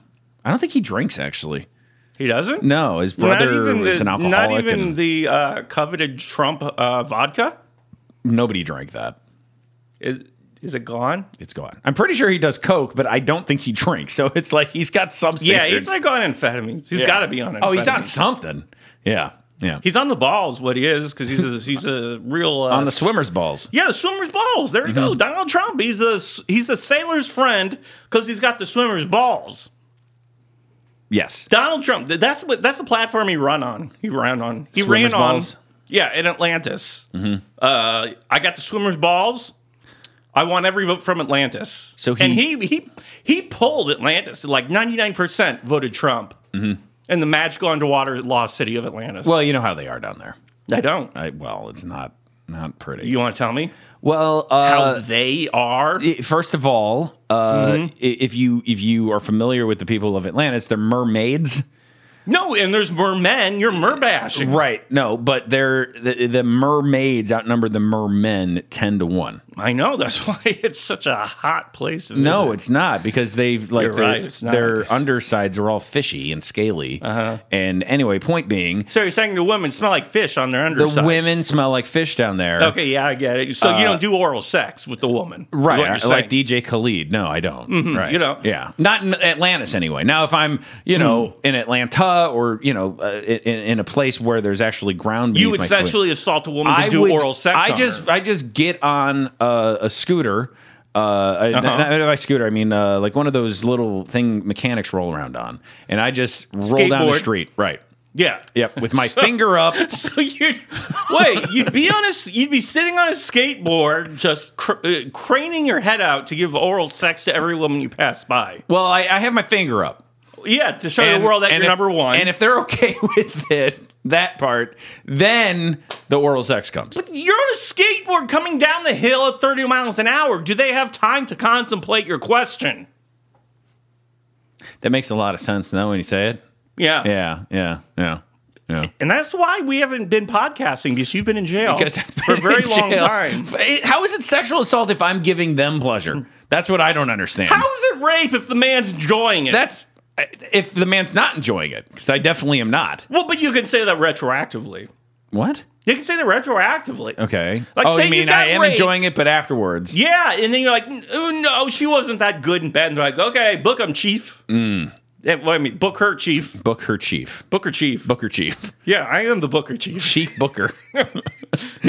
[SPEAKER 2] I don't think he drinks actually.
[SPEAKER 1] He doesn't.
[SPEAKER 2] No, his brother was an alcoholic.
[SPEAKER 1] Not even
[SPEAKER 2] and
[SPEAKER 1] the uh, coveted Trump uh, vodka
[SPEAKER 2] nobody drank that.
[SPEAKER 1] is is it gone?
[SPEAKER 2] It's gone. I'm pretty sure he does coke, but I don't think he drinks. So it's like he's got some.
[SPEAKER 1] Yeah,
[SPEAKER 2] Standards.
[SPEAKER 1] he's like on amphetamines. He's
[SPEAKER 2] Yeah.
[SPEAKER 1] got to be on. Amphetamines.
[SPEAKER 2] oh, he's on something. Yeah, yeah.
[SPEAKER 1] He's on the balls. What he is because he's a, he's a real uh,
[SPEAKER 2] on the Mm-hmm. swimmer's balls.
[SPEAKER 1] Yeah, the swimmer's balls. There you go. Donald Trump. He's a he's the sailor's friend because he's got the swimmer's balls.
[SPEAKER 2] Yes.
[SPEAKER 1] Donald Trump. th- That's what that's the platform he run on. He ran on. He
[SPEAKER 2] Swimmer's
[SPEAKER 1] ran on.
[SPEAKER 2] balls? Mm-hmm.
[SPEAKER 1] Yeah, in Atlantis. Uh, I got the swimmer's balls. I want every vote from Atlantis.
[SPEAKER 2] So
[SPEAKER 1] and
[SPEAKER 2] he-
[SPEAKER 1] he he he pulled Atlantis. Like ninety nine percent voted Trump. In the magical underwater lost city of Atlantis.
[SPEAKER 2] Mm-hmm. Well, you know how they are down there.
[SPEAKER 1] I don't.
[SPEAKER 2] I, well, it's not not pretty.
[SPEAKER 1] You want to tell me
[SPEAKER 2] well,
[SPEAKER 1] how Mm-hmm.
[SPEAKER 2] uh,
[SPEAKER 1] they are?
[SPEAKER 2] i- first of all, uh, i- if you if you are familiar with the people of Atlantis, they're mermaids.
[SPEAKER 1] No, and there's mermen. You're merbashing.
[SPEAKER 2] Right. No, but they're the, the mermaids outnumber the mermen ten to one.
[SPEAKER 1] I know. That's why it's such a hot place. To
[SPEAKER 2] No,
[SPEAKER 1] visit.
[SPEAKER 2] it's not because they've like
[SPEAKER 1] You're
[SPEAKER 2] their,
[SPEAKER 1] right, it's not.
[SPEAKER 2] their undersides are all fishy and scaly. Uh-huh. And anyway, point being,
[SPEAKER 1] So you're saying the women smell like fish on their
[SPEAKER 2] the
[SPEAKER 1] undersides.
[SPEAKER 2] women smell like fish down there.
[SPEAKER 1] Okay, yeah, I get it. So you don't do oral sex with the woman, is
[SPEAKER 2] Uh, Right,
[SPEAKER 1] what
[SPEAKER 2] I-
[SPEAKER 1] you're
[SPEAKER 2] like
[SPEAKER 1] saying. Mm-hmm,
[SPEAKER 2] DJ Khalid. No, I don't. Right,
[SPEAKER 1] you don't.
[SPEAKER 2] Yeah, not in Atlantis anyway. Now, if I'm, you know,
[SPEAKER 1] Hmm.
[SPEAKER 2] in Atlanta or you know, uh, in, in a place where there's actually ground,
[SPEAKER 1] you
[SPEAKER 2] beneath my foot,
[SPEAKER 1] essentially assault a woman to
[SPEAKER 2] I
[SPEAKER 1] do
[SPEAKER 2] would-
[SPEAKER 1] oral sex.
[SPEAKER 2] I
[SPEAKER 1] on
[SPEAKER 2] just,
[SPEAKER 1] her.
[SPEAKER 2] I just get on a, a scooter. Uh, I-
[SPEAKER 1] Uh-huh.
[SPEAKER 2] and I- by scooter, I mean uh, like one of those little thing mechanics roll around on, and I just roll down the
[SPEAKER 1] Skateboard.
[SPEAKER 2] street. Right.
[SPEAKER 1] yeah,
[SPEAKER 2] Yep. With my
[SPEAKER 1] So-
[SPEAKER 2] finger up.
[SPEAKER 1] So you'd wait, you'd be on a, s- you'd be sitting on a skateboard, just cr- uh, craning your head out to give oral sex to every woman you pass by.
[SPEAKER 2] Well, I, I have my finger up.
[SPEAKER 1] Yeah, to show the world that you're
[SPEAKER 2] if-
[SPEAKER 1] number one.
[SPEAKER 2] And if they're okay with it, that part, then the oral sex comes.
[SPEAKER 1] You're on a skateboard coming down the hill at 30 miles an hour. Do they have time to contemplate your question?
[SPEAKER 2] That makes a lot of sense now when you say it.
[SPEAKER 1] Yeah.
[SPEAKER 2] Yeah, yeah, yeah, yeah.
[SPEAKER 1] And that's why we haven't been podcasting because you've been in jail
[SPEAKER 2] Because I've been
[SPEAKER 1] for a very
[SPEAKER 2] in
[SPEAKER 1] long
[SPEAKER 2] jail.
[SPEAKER 1] time.
[SPEAKER 2] It- How is it sexual assault if I'm giving them pleasure? That's what I don't understand.
[SPEAKER 1] How is it rape if the man's enjoying it?
[SPEAKER 2] That's if the man's not enjoying it, because I definitely am not.
[SPEAKER 1] well, but you can say that retroactively.
[SPEAKER 2] What?
[SPEAKER 1] You can say that retroactively.
[SPEAKER 2] Okay.
[SPEAKER 1] Like,
[SPEAKER 2] oh,
[SPEAKER 1] say
[SPEAKER 2] you
[SPEAKER 1] you
[SPEAKER 2] mean
[SPEAKER 1] got
[SPEAKER 2] I am
[SPEAKER 1] raped.
[SPEAKER 2] enjoying it, but afterwards?
[SPEAKER 1] Yeah, and then you're like, oh, no, she wasn't that good and bad. And they're like, okay, book him, chief.
[SPEAKER 2] Mm.
[SPEAKER 1] Yeah, well, I mean, book her, chief.
[SPEAKER 2] Book her chief.
[SPEAKER 1] Booker chief.
[SPEAKER 2] Booker chief.
[SPEAKER 1] Yeah, I am the Booker chief.
[SPEAKER 2] Chief Booker.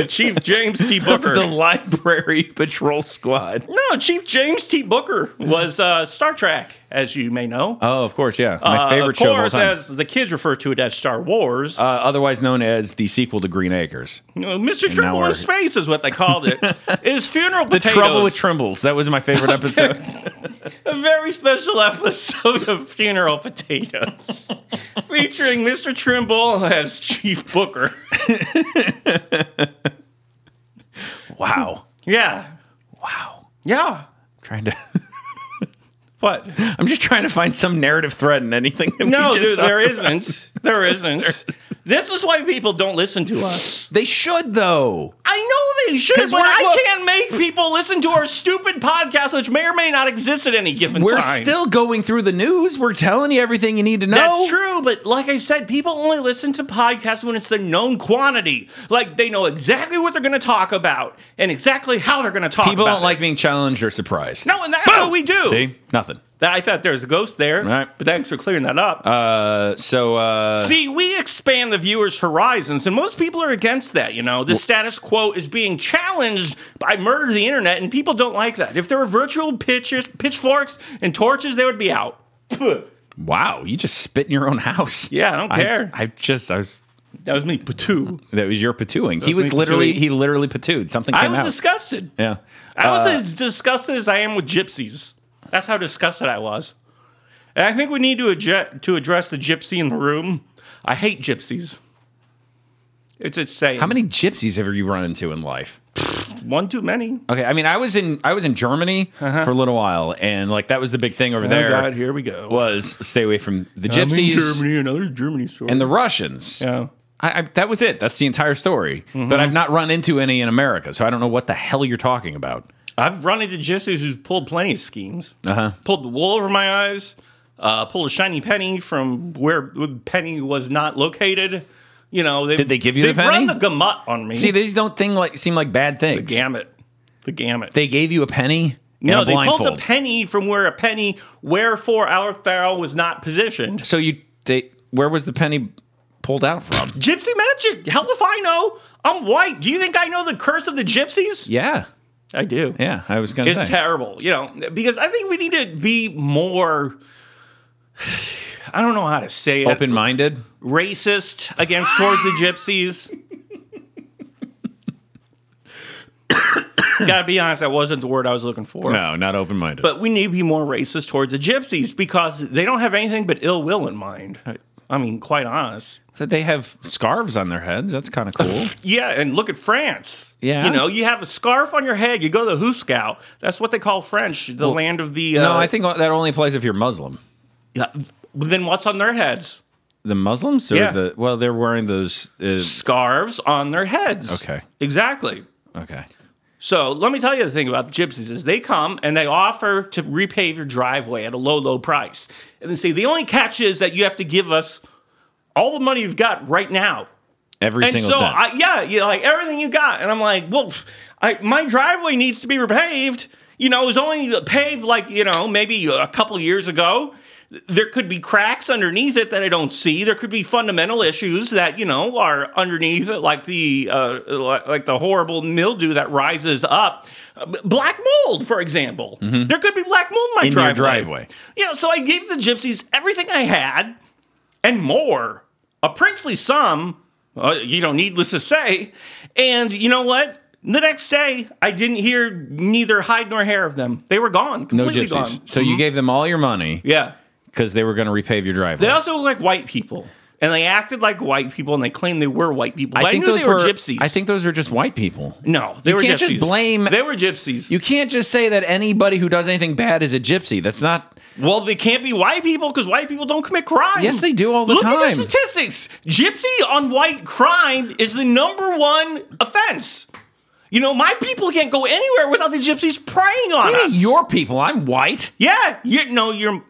[SPEAKER 1] chief James T. Booker.
[SPEAKER 2] the Library Patrol Squad.
[SPEAKER 1] No, Chief James T. Booker was uh, Star Trek, as you may know.
[SPEAKER 2] Oh, of course, yeah. My
[SPEAKER 1] Uh,
[SPEAKER 2] favorite
[SPEAKER 1] of
[SPEAKER 2] show of all
[SPEAKER 1] course,
[SPEAKER 2] time.
[SPEAKER 1] as the kids refer to it as Star Wars.
[SPEAKER 2] uh, otherwise known as the sequel to Green Acres.
[SPEAKER 1] You know, Mr. Trouble
[SPEAKER 2] we're-
[SPEAKER 1] in Space is what they called it. Is funeral
[SPEAKER 2] The
[SPEAKER 1] potatoes.
[SPEAKER 2] Trouble with Trembles. That was my favorite episode.
[SPEAKER 1] a very special episode of Funeral Potatoes, featuring Mr. Trimble as Chief Booker.
[SPEAKER 2] wow.
[SPEAKER 1] Yeah,
[SPEAKER 2] Wow.
[SPEAKER 1] yeah.
[SPEAKER 2] Trying to
[SPEAKER 1] What?
[SPEAKER 2] I'm just trying to find some narrative thread in anything. that we
[SPEAKER 1] No,
[SPEAKER 2] just
[SPEAKER 1] dude,
[SPEAKER 2] talked
[SPEAKER 1] there
[SPEAKER 2] about.
[SPEAKER 1] isn't. There isn't. This is why people don't listen to us.
[SPEAKER 2] They should though.
[SPEAKER 1] I know they should,
[SPEAKER 2] 'Cause
[SPEAKER 1] but
[SPEAKER 2] we're-
[SPEAKER 1] I
[SPEAKER 2] look-
[SPEAKER 1] can't make people listen to our stupid podcast, which may or may not exist at any given
[SPEAKER 2] We're
[SPEAKER 1] time.
[SPEAKER 2] still going through the news. We're telling you everything you need to know.
[SPEAKER 1] That's true, but like I said, people only listen to podcasts when it's a known quantity. Like they know exactly what they're going to talk about and exactly how they're going to talk
[SPEAKER 2] People
[SPEAKER 1] about
[SPEAKER 2] don't
[SPEAKER 1] it.
[SPEAKER 2] like being challenged or surprised.
[SPEAKER 1] No, and that's what we do.
[SPEAKER 2] See, nothing.
[SPEAKER 1] That I thought there was a ghost there,
[SPEAKER 2] Right.
[SPEAKER 1] but thanks for clearing that up.
[SPEAKER 2] Uh, so uh,
[SPEAKER 1] See, we expand the viewer's horizons, and most people are against that. You know, the status quo is being challenged by murder of the internet, and people don't like that. If there were virtual pitches, pitchforks and torches, they would be out.
[SPEAKER 2] wow, you just spit in your own house.
[SPEAKER 1] Yeah, I don't care.
[SPEAKER 2] I just I was
[SPEAKER 1] that was me, patoo.
[SPEAKER 2] that was your patooing. he was
[SPEAKER 1] me
[SPEAKER 2] literally
[SPEAKER 1] patooing.
[SPEAKER 2] he literally patooed. Something
[SPEAKER 1] I
[SPEAKER 2] came
[SPEAKER 1] was
[SPEAKER 2] out.
[SPEAKER 1] disgusted.
[SPEAKER 2] yeah.
[SPEAKER 1] I was
[SPEAKER 2] Uh,
[SPEAKER 1] as disgusted as I am with gypsies. That's how disgusted I was. And I think we need to adje- to address the gypsy in the room. I hate gypsies. It's insane.
[SPEAKER 2] How many gypsies have you run into in life?
[SPEAKER 1] One too many.
[SPEAKER 2] Okay, I mean, I was in I was in Germany for a little while, and like that was the big thing over there.
[SPEAKER 1] Uh-huh. Oh, here we go.
[SPEAKER 2] Was stay away from the
[SPEAKER 1] I'm in
[SPEAKER 2] gypsies
[SPEAKER 1] Germany, another Germany story.
[SPEAKER 2] and the Russians.
[SPEAKER 1] yeah. Mm-hmm.
[SPEAKER 2] I, I, that was it. That's the entire story. But I've not run into any in America, so I don't know what the hell you're talking about.
[SPEAKER 1] I've run into gypsies who's pulled plenty of schemes. Uh-huh. Pulled the wool over my eyes. Uh, pulled a shiny penny from where the penny was not located. You know,
[SPEAKER 2] Did they give you the
[SPEAKER 1] they've run
[SPEAKER 2] penny?
[SPEAKER 1] the gamut on me.
[SPEAKER 2] See, these don't think like seem like bad things.
[SPEAKER 1] gamut. The gamut.
[SPEAKER 2] They gave you a penny. and
[SPEAKER 1] no,
[SPEAKER 2] a
[SPEAKER 1] they pulled a
[SPEAKER 2] blindfold.
[SPEAKER 1] penny from where a penny, wherefore our Thal was not positioned.
[SPEAKER 2] So you, they, where was the penny pulled out from?
[SPEAKER 1] Gypsy magic. Hell if I know. I'm white. Do you think I know the curse of the gypsies?
[SPEAKER 2] yeah,
[SPEAKER 1] I do.
[SPEAKER 2] yeah. I was gonna
[SPEAKER 1] It's
[SPEAKER 2] say.
[SPEAKER 1] terrible, you know, because I think we need to be more. I don't know how to say it.
[SPEAKER 2] Open-minded.
[SPEAKER 1] Racist against towards the gypsies. Gotta be honest, that wasn't the word I was looking for.
[SPEAKER 2] No, not open-minded.
[SPEAKER 1] But we need to be more racist towards the gypsies because they don't have anything but ill will in mind. I mean, quite honest.
[SPEAKER 2] But they have scarves on their heads. That's kind of cool.
[SPEAKER 1] Yeah, and look at France.
[SPEAKER 2] Yeah.
[SPEAKER 1] You know, you have a scarf on your head, you go to the Hooskow. That's what they call French, the land of the. Uh,
[SPEAKER 2] no, I think that only applies if you're Muslim.
[SPEAKER 1] Yeah, then what's on their heads?
[SPEAKER 2] The Muslims or
[SPEAKER 1] Yeah.
[SPEAKER 2] the well, they're wearing those. Uh,
[SPEAKER 1] Scarves on their heads.
[SPEAKER 2] Okay.
[SPEAKER 1] Exactly.
[SPEAKER 2] okay.
[SPEAKER 1] So let me tell you the thing about the gypsies is they come and they offer to repave your driveway at a low, low price. And they say the only catch is that you have to give us all the money you've got right now.
[SPEAKER 2] Every
[SPEAKER 1] And
[SPEAKER 2] single
[SPEAKER 1] so
[SPEAKER 2] cent.
[SPEAKER 1] I, yeah, you know, like everything you got. And I'm like, well, pff, I, my driveway needs to be repaved. You know, it was only paved like, you know, maybe a couple years ago. There could be cracks underneath it that I don't see. There could be fundamental issues that, you know, are underneath it, like the uh, li- like the horrible mildew that rises up. Uh, b- Black mold, for example. There could be black mold in my
[SPEAKER 2] Mm-hmm. In
[SPEAKER 1] driveway.
[SPEAKER 2] your driveway.
[SPEAKER 1] You know, so I gave the gypsies everything I had and more. A princely sum, uh, you know, needless to say. And you know what? The next day, I didn't hear neither hide nor hair of them. They were gone,
[SPEAKER 2] no
[SPEAKER 1] completely
[SPEAKER 2] gypsies.
[SPEAKER 1] gone.
[SPEAKER 2] So you gave them all your money
[SPEAKER 1] Yeah.
[SPEAKER 2] because they were going to repave your driveway.
[SPEAKER 1] They also looked like white people. And they acted like white people and they claimed they were white people. But I,
[SPEAKER 2] I think
[SPEAKER 1] knew
[SPEAKER 2] those
[SPEAKER 1] they were, gypsies.
[SPEAKER 2] I think those were just white people.
[SPEAKER 1] no, they
[SPEAKER 2] You
[SPEAKER 1] were
[SPEAKER 2] can't just
[SPEAKER 1] gypsies.
[SPEAKER 2] blame-
[SPEAKER 1] They were gypsies.
[SPEAKER 2] You can't just say that anybody who does anything bad is a gypsy. That's not.
[SPEAKER 1] well, they can't be white people because white people don't commit crime.
[SPEAKER 2] Yes, they do all the
[SPEAKER 1] Look
[SPEAKER 2] time.
[SPEAKER 1] at the statistics. Gypsy on white crime is the number one offense. You know, my people can't go anywhere without the gypsies preying on
[SPEAKER 2] I mean,
[SPEAKER 1] us.
[SPEAKER 2] your people. I'm white.
[SPEAKER 1] yeah, you no, you're.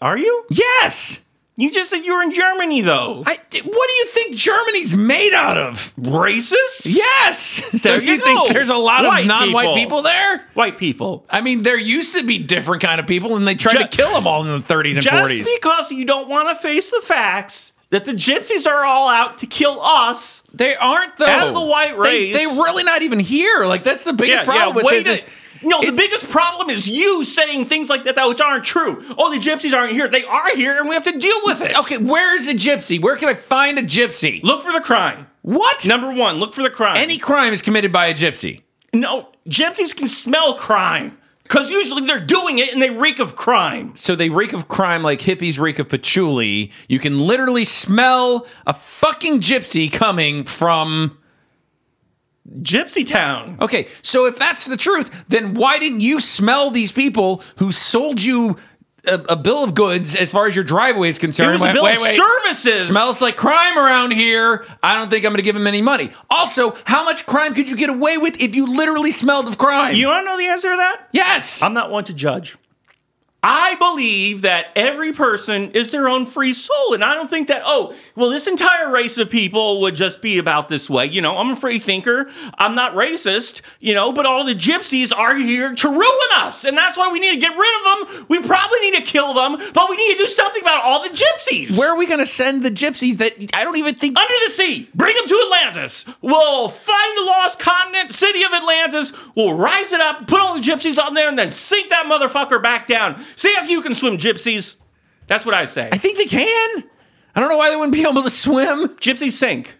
[SPEAKER 1] Are you?
[SPEAKER 2] Yes.
[SPEAKER 1] You just said you were in Germany, though.
[SPEAKER 2] I, what do you think Germany's made out of?
[SPEAKER 1] Racist?
[SPEAKER 2] Yes. so
[SPEAKER 1] There you
[SPEAKER 2] you, think
[SPEAKER 1] go.
[SPEAKER 2] there's a lot
[SPEAKER 1] White
[SPEAKER 2] of non-white
[SPEAKER 1] people.
[SPEAKER 2] people. there?
[SPEAKER 1] White people.
[SPEAKER 2] I mean, there used to be different kind of people, and they tried
[SPEAKER 1] Ju-
[SPEAKER 2] to kill them all in the 30s and
[SPEAKER 1] Just
[SPEAKER 2] 40s.
[SPEAKER 1] because you don't want to face the facts that the gypsies are all out to kill us.
[SPEAKER 2] they aren't though.
[SPEAKER 1] As a white
[SPEAKER 2] They-
[SPEAKER 1] race-
[SPEAKER 2] they, really not even here. Like that's the biggest problem
[SPEAKER 1] way
[SPEAKER 2] with this.
[SPEAKER 1] to-
[SPEAKER 2] is-
[SPEAKER 1] no, the
[SPEAKER 2] it's-
[SPEAKER 1] biggest problem is you saying things like that, that which aren't true. Oh, the gypsies aren't here. They are here, and we have to deal with it.
[SPEAKER 2] Okay, where is a gypsy? Where can I find a gypsy?
[SPEAKER 1] Look for the crime.
[SPEAKER 2] What?
[SPEAKER 1] Number one, look for the crime.
[SPEAKER 2] Any crime is committed by a gypsy.
[SPEAKER 1] no, gypsies can smell crime because usually they're doing it and they reek of crime.
[SPEAKER 2] So they reek of crime like hippies reek of patchouli. You can literally smell a fucking gypsy coming from.
[SPEAKER 1] Gypsy town.
[SPEAKER 2] Okay, so if that's the truth, then why didn't you smell these people who sold you a, a bill of goods as far as your driveway is concerned.
[SPEAKER 1] It was a
[SPEAKER 2] Went,
[SPEAKER 1] bill
[SPEAKER 2] wait,
[SPEAKER 1] of
[SPEAKER 2] wait.
[SPEAKER 1] services.
[SPEAKER 2] Smells like crime around here. I don't think I'm going to give him any money. Also, how much crime could you get away with if you literally smelled of crime?
[SPEAKER 1] You want to know the answer to that?
[SPEAKER 2] yes.
[SPEAKER 1] I'm not one to judge. I believe that every person is their own free soul. And I don't think that, oh, well, this entire race of people would just be about this way. You know, I'm a free thinker. I'm not racist, you know, but all the gypsies are here to ruin us. And that's why we need to get rid of them. We probably need to kill them, but we need to do something about all the gypsies.
[SPEAKER 2] Where are we going to send the gypsies that I don't even think
[SPEAKER 1] Under the sea, bring them to Atlantis. We'll find the lost continent, city of Atlantis. We'll rise it up, put all the gypsies on there, and then sink that motherfucker back down. See if you can swim, gypsies. That's what I say.
[SPEAKER 2] I think they can. I don't know why they wouldn't be able to swim.
[SPEAKER 1] gypsies sink.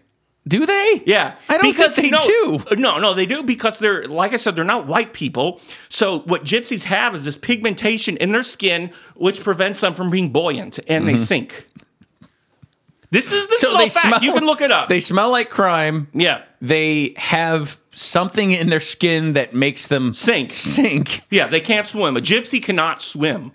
[SPEAKER 2] Do they?
[SPEAKER 1] Yeah,
[SPEAKER 2] I don't think they
[SPEAKER 1] no,
[SPEAKER 2] do.
[SPEAKER 1] No, no, they do because they're like I said, they're not white people. So what gypsies have is this pigmentation in their skin, which prevents them from being buoyant, and they sink. This is the
[SPEAKER 2] Mm-hmm. So
[SPEAKER 1] all
[SPEAKER 2] they
[SPEAKER 1] fact.
[SPEAKER 2] smell.
[SPEAKER 1] you can look it up.
[SPEAKER 2] They smell like crime.
[SPEAKER 1] yeah,
[SPEAKER 2] They have something in their skin that makes them
[SPEAKER 1] sink.
[SPEAKER 2] sink.
[SPEAKER 1] Yeah, they can't swim. A gypsy cannot swim.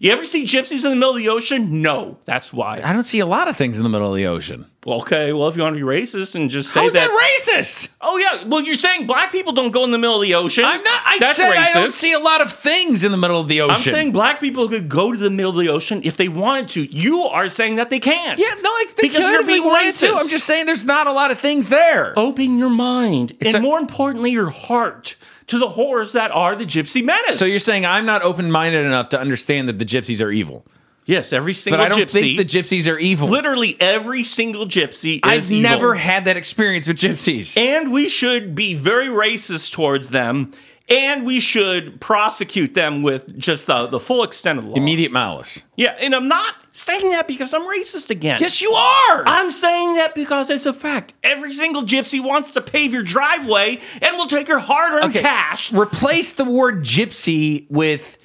[SPEAKER 1] You ever see gypsies in the middle of the ocean? No, that's why.
[SPEAKER 2] I don't see a lot of things in the middle of the ocean.
[SPEAKER 1] Well, okay, well, if you want to be racist and just say
[SPEAKER 2] How Oh, is that, racist?
[SPEAKER 1] oh yeah, well, you're saying black people don't go in the middle of the ocean.
[SPEAKER 2] I'm not. I
[SPEAKER 1] that's
[SPEAKER 2] said
[SPEAKER 1] racist.
[SPEAKER 2] I don't see a lot of things in the middle of the ocean.
[SPEAKER 1] I'm saying black people could go to the middle of the ocean if they wanted to. You are saying that they can't.
[SPEAKER 2] yeah, no, like they
[SPEAKER 1] Because
[SPEAKER 2] could
[SPEAKER 1] you're
[SPEAKER 2] if they
[SPEAKER 1] being
[SPEAKER 2] wanted to.
[SPEAKER 1] racist.
[SPEAKER 2] I'm just saying there's not a lot of things there.
[SPEAKER 1] Open your mind and
[SPEAKER 2] a-
[SPEAKER 1] more importantly, your heart to the horrors that are the gypsy menace.
[SPEAKER 2] So you're saying I'm not open-minded enough to understand that the gypsies are evil,
[SPEAKER 1] yes, every single
[SPEAKER 2] but I don't
[SPEAKER 1] gypsy.
[SPEAKER 2] think the gypsies are evil.
[SPEAKER 1] literally every single gypsy. Is
[SPEAKER 2] I've
[SPEAKER 1] evil.
[SPEAKER 2] never had that experience with gypsies.
[SPEAKER 1] and we should be very racist towards them, and we should prosecute them with just the, the full extent of the law.
[SPEAKER 2] Immediate malice.
[SPEAKER 1] yeah, and I'm not saying that because I'm racist again.
[SPEAKER 2] Yes, you are.
[SPEAKER 1] I'm saying that because it's a fact. Every single gypsy wants to pave your driveway and will take your hard-earned
[SPEAKER 2] Okay,
[SPEAKER 1] cash.
[SPEAKER 2] Replace the word gypsy with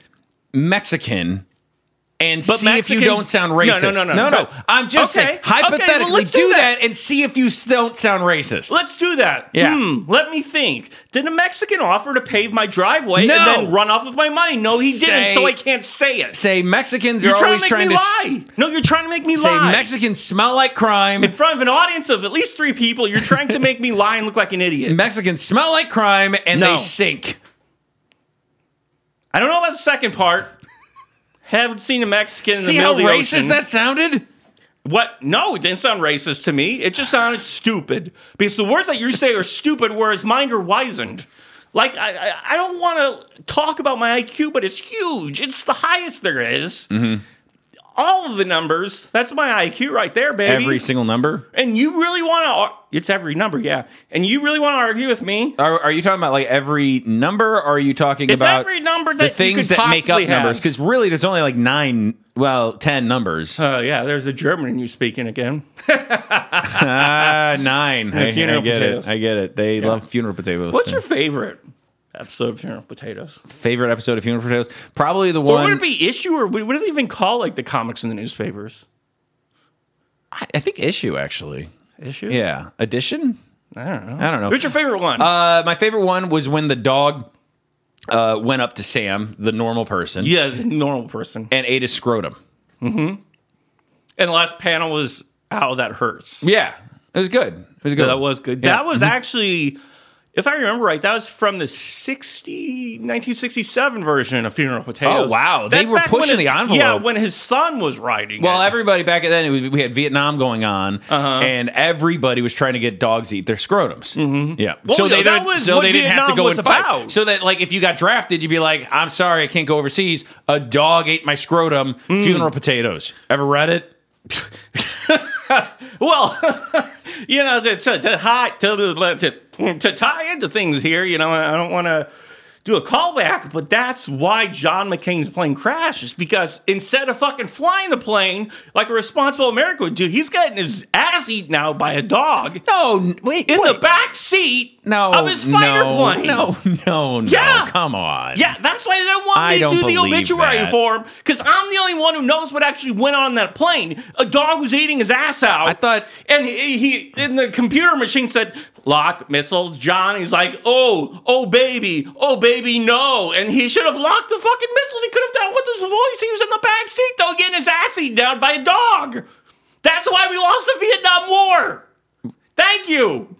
[SPEAKER 2] Mexican and see if
[SPEAKER 1] Mexicans-
[SPEAKER 2] you don't sound
[SPEAKER 1] No, no,
[SPEAKER 2] racist.
[SPEAKER 1] no, no,
[SPEAKER 2] no.
[SPEAKER 1] but-
[SPEAKER 2] I'm just
[SPEAKER 1] Okay,
[SPEAKER 2] saying,
[SPEAKER 1] okay, well,
[SPEAKER 2] hypothetically,
[SPEAKER 1] let's
[SPEAKER 2] do,
[SPEAKER 1] do
[SPEAKER 2] that. and see if you s- don't sound racist.
[SPEAKER 1] Let's do that.
[SPEAKER 2] Yeah.
[SPEAKER 1] Hmm, let me think. Did a Mexican offer to pave my driveway
[SPEAKER 2] No.
[SPEAKER 1] and then run off with my money? No, he didn't,
[SPEAKER 2] Say-
[SPEAKER 1] so I can't say it.
[SPEAKER 2] say Mexicans
[SPEAKER 1] you're
[SPEAKER 2] are
[SPEAKER 1] trying
[SPEAKER 2] always
[SPEAKER 1] to make
[SPEAKER 2] trying
[SPEAKER 1] me
[SPEAKER 2] to s-
[SPEAKER 1] lie. No, you're trying to make me
[SPEAKER 2] say
[SPEAKER 1] lie.
[SPEAKER 2] Mexicans smell like crime.
[SPEAKER 1] in front of an audience of at least three people, you're trying to make me lie and look like an idiot.
[SPEAKER 2] Mexicans smell like crime and
[SPEAKER 1] No.
[SPEAKER 2] they sink.
[SPEAKER 1] I don't know about the second part. Haven't seen a Mexican in
[SPEAKER 2] See
[SPEAKER 1] the
[SPEAKER 2] how
[SPEAKER 1] middle of the
[SPEAKER 2] racist
[SPEAKER 1] ocean.
[SPEAKER 2] that sounded?
[SPEAKER 1] What? No, it didn't sound racist to me. It just sounded stupid because the words that you say are stupid, whereas mine are wizened. Like I, I, I don't want to talk about my IQ, but it's huge. It's the highest there is.
[SPEAKER 2] Mm-hmm.
[SPEAKER 1] All of the numbers. That's my IQ right there, baby.
[SPEAKER 2] Every single number.
[SPEAKER 1] and you really want to? Ar- it's every number, yeah. And you really want to argue with me?
[SPEAKER 2] Are, are you talking about like every number? Or are you talking
[SPEAKER 1] It's
[SPEAKER 2] about
[SPEAKER 1] every number that
[SPEAKER 2] the
[SPEAKER 1] you
[SPEAKER 2] things
[SPEAKER 1] could
[SPEAKER 2] that make up
[SPEAKER 1] possibly have.
[SPEAKER 2] numbers? Because really, there's only like nine, well, ten numbers.
[SPEAKER 1] Oh yeah, there's a German in you speaking again.
[SPEAKER 2] Ah, nine. I,
[SPEAKER 1] funeral
[SPEAKER 2] I get
[SPEAKER 1] potatoes.
[SPEAKER 2] it. I get it. They love funeral potatoes.
[SPEAKER 1] What's your favorite episode of Funeral Potatoes?
[SPEAKER 2] favorite episode of Funeral Potatoes? Probably the
[SPEAKER 1] Or would
[SPEAKER 2] one.
[SPEAKER 1] it be issue, or what do they even call like the comics in the newspapers?
[SPEAKER 2] I I think issue actually.
[SPEAKER 1] Issue?
[SPEAKER 2] Yeah, edition.
[SPEAKER 1] I don't know.
[SPEAKER 2] I don't know.
[SPEAKER 1] What's your favorite one?
[SPEAKER 2] Uh, my favorite one was when the dog uh, went up to Sam, the normal person,
[SPEAKER 1] yeah, the normal person.
[SPEAKER 2] and ate his scrotum.
[SPEAKER 1] And the last panel was "Ow, that hurts."
[SPEAKER 2] Yeah, it was good. It was good.
[SPEAKER 1] That was good.
[SPEAKER 2] Yeah.
[SPEAKER 1] That was actually, if I remember right, that was from the 60, 1967 version of Funeral Potatoes.
[SPEAKER 2] Oh, wow. They were
[SPEAKER 1] back when
[SPEAKER 2] pushing
[SPEAKER 1] his-
[SPEAKER 2] the envelope.
[SPEAKER 1] Yeah, when his son was writing.
[SPEAKER 2] Well,
[SPEAKER 1] it.
[SPEAKER 2] everybody back then it was, we had Vietnam going on,
[SPEAKER 1] Uh-huh.
[SPEAKER 2] and everybody was trying to get dogs to eat their scrotums. Mm-hmm. Yeah, so
[SPEAKER 1] yeah,
[SPEAKER 2] they
[SPEAKER 1] that
[SPEAKER 2] didn't,
[SPEAKER 1] was
[SPEAKER 2] so
[SPEAKER 1] what
[SPEAKER 2] they didn't have to
[SPEAKER 1] Vietnam
[SPEAKER 2] go
[SPEAKER 1] was
[SPEAKER 2] and fight.
[SPEAKER 1] about.
[SPEAKER 2] So that like if you got drafted, you'd be like, "I'm sorry, I can't go overseas. A dog ate my scrotum.
[SPEAKER 1] Mm.
[SPEAKER 2] Funeral potatoes." Ever read it?
[SPEAKER 1] Well, you know, to to to, hi, to, to, to tie into things here, you know, I don't want to do a callback, but that's why John McCain's plane crashes because instead of fucking flying the plane like a responsible American would do, he's getting his ass eaten out by a dog
[SPEAKER 2] No, n- wait,
[SPEAKER 1] in
[SPEAKER 2] wait.
[SPEAKER 1] the back seat
[SPEAKER 2] no,
[SPEAKER 1] of his fighter
[SPEAKER 2] no,
[SPEAKER 1] plane.
[SPEAKER 2] No, no, no.
[SPEAKER 1] Yeah.
[SPEAKER 2] Come on.
[SPEAKER 1] Yeah, that's why they don't want
[SPEAKER 2] I
[SPEAKER 1] me to
[SPEAKER 2] don't
[SPEAKER 1] do the
[SPEAKER 2] believe
[SPEAKER 1] obituary
[SPEAKER 2] that.
[SPEAKER 1] for him because I'm the only one who knows what actually went on in that plane. A dog was eating his ass out.
[SPEAKER 2] I thought-
[SPEAKER 1] and he, he in the computer machine said lock missiles. John, he's like, oh, oh baby, oh baby, no, and he should have locked the fucking missiles. He could have done with his voice. He was in the down by a dog. That's why we lost the Vietnam War. Thank you.